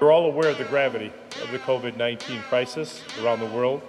We're all aware of the gravity of the COVID 19 crisis around the world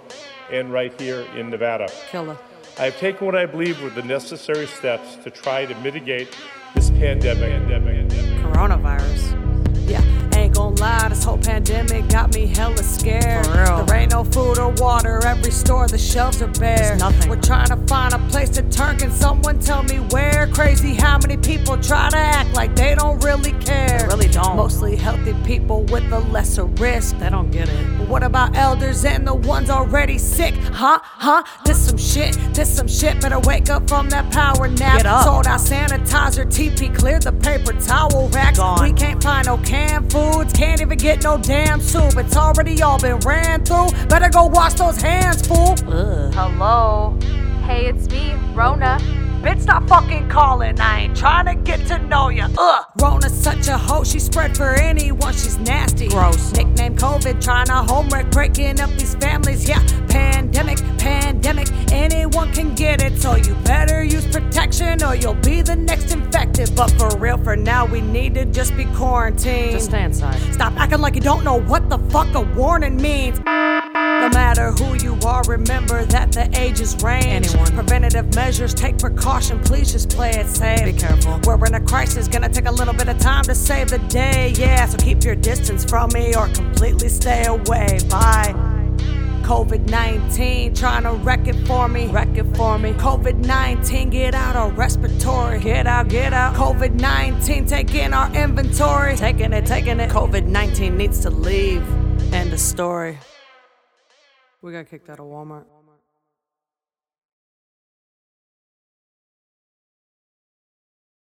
and right here in Nevada. Killer. I have taken what I believe were the necessary steps to try to mitigate this pandemic. pandemic, pandemic. Coronavirus. Yeah, ain't gon' lie, this whole pandemic got me hella scared. For real. There ain't no food or water, every store, the shelves are bare. There's nothing. We're trying to find a place to turn, can someone tell me where? Crazy how many people try to act like they don't really care. They really don't. Mostly healthy people with a lesser risk. They don't get it. But what about elders and the ones already sick? Huh? Huh? This some shit. This some shit. Better wake up from that power nap. Get up. Sold out sanitizer, TP, cleared the paper towel racks. Gone. We can't find no canned foods. Can't even get no damn soup. It's already all been ran through. Better go wash those hands, fool. Hello. Hey, it's me, Rona. Bitch, stop fucking calling. I ain't trying to get to know ya. Ugh. Rona's such a hoe. She spread for anyone. She's nasty. Gross. Nickname COVID. Trying to homework. Breaking up these families. Yeah. Pandemic. Pandemic. Anyone can get it. So you better use protection or you'll be the next infected. But for real, for now, we need to just be quarantined. Just stay inside. Stop acting like you don't know what the fuck a warning means. No matter who you are, remember that the ages range. Anyone. Preventative measures, take precaution, please just play it safe. Be careful. We're in a crisis, gonna take a little bit of time to save the day, yeah. So keep your distance from me or completely stay away. Bye. COVID 19, trying to wreck it for me. Wreck it for me. COVID 19, get out our respiratory. Get out, get out. COVID 19, taking our inventory. Taking it, taking it. COVID 19 needs to leave. End of story. We got kicked out of Walmart.